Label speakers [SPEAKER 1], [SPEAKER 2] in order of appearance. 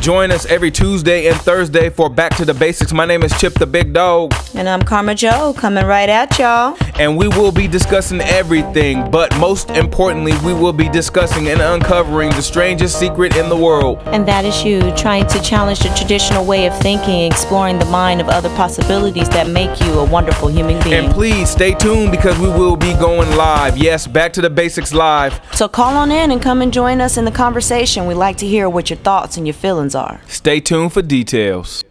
[SPEAKER 1] Join us every Tuesday and Thursday for Back to the Basics. My name is Chip the Big Dog,
[SPEAKER 2] And I'm Karma Joe coming right at y'all.
[SPEAKER 1] and we will be discussing everything, but most importantly, we will be discussing and uncovering the strangest secret in the world.
[SPEAKER 2] And that is you trying to challenge the traditional way of thinking, exploring the mind of other possibilities that make you a wonderful human being.
[SPEAKER 1] And please stay tuned because we will be going live. Yes, Back to the Basics live.
[SPEAKER 2] so call on in and come and join us in the conversation. We'd like to hear what your thoughts and your feelings are.
[SPEAKER 1] Stay tuned for details.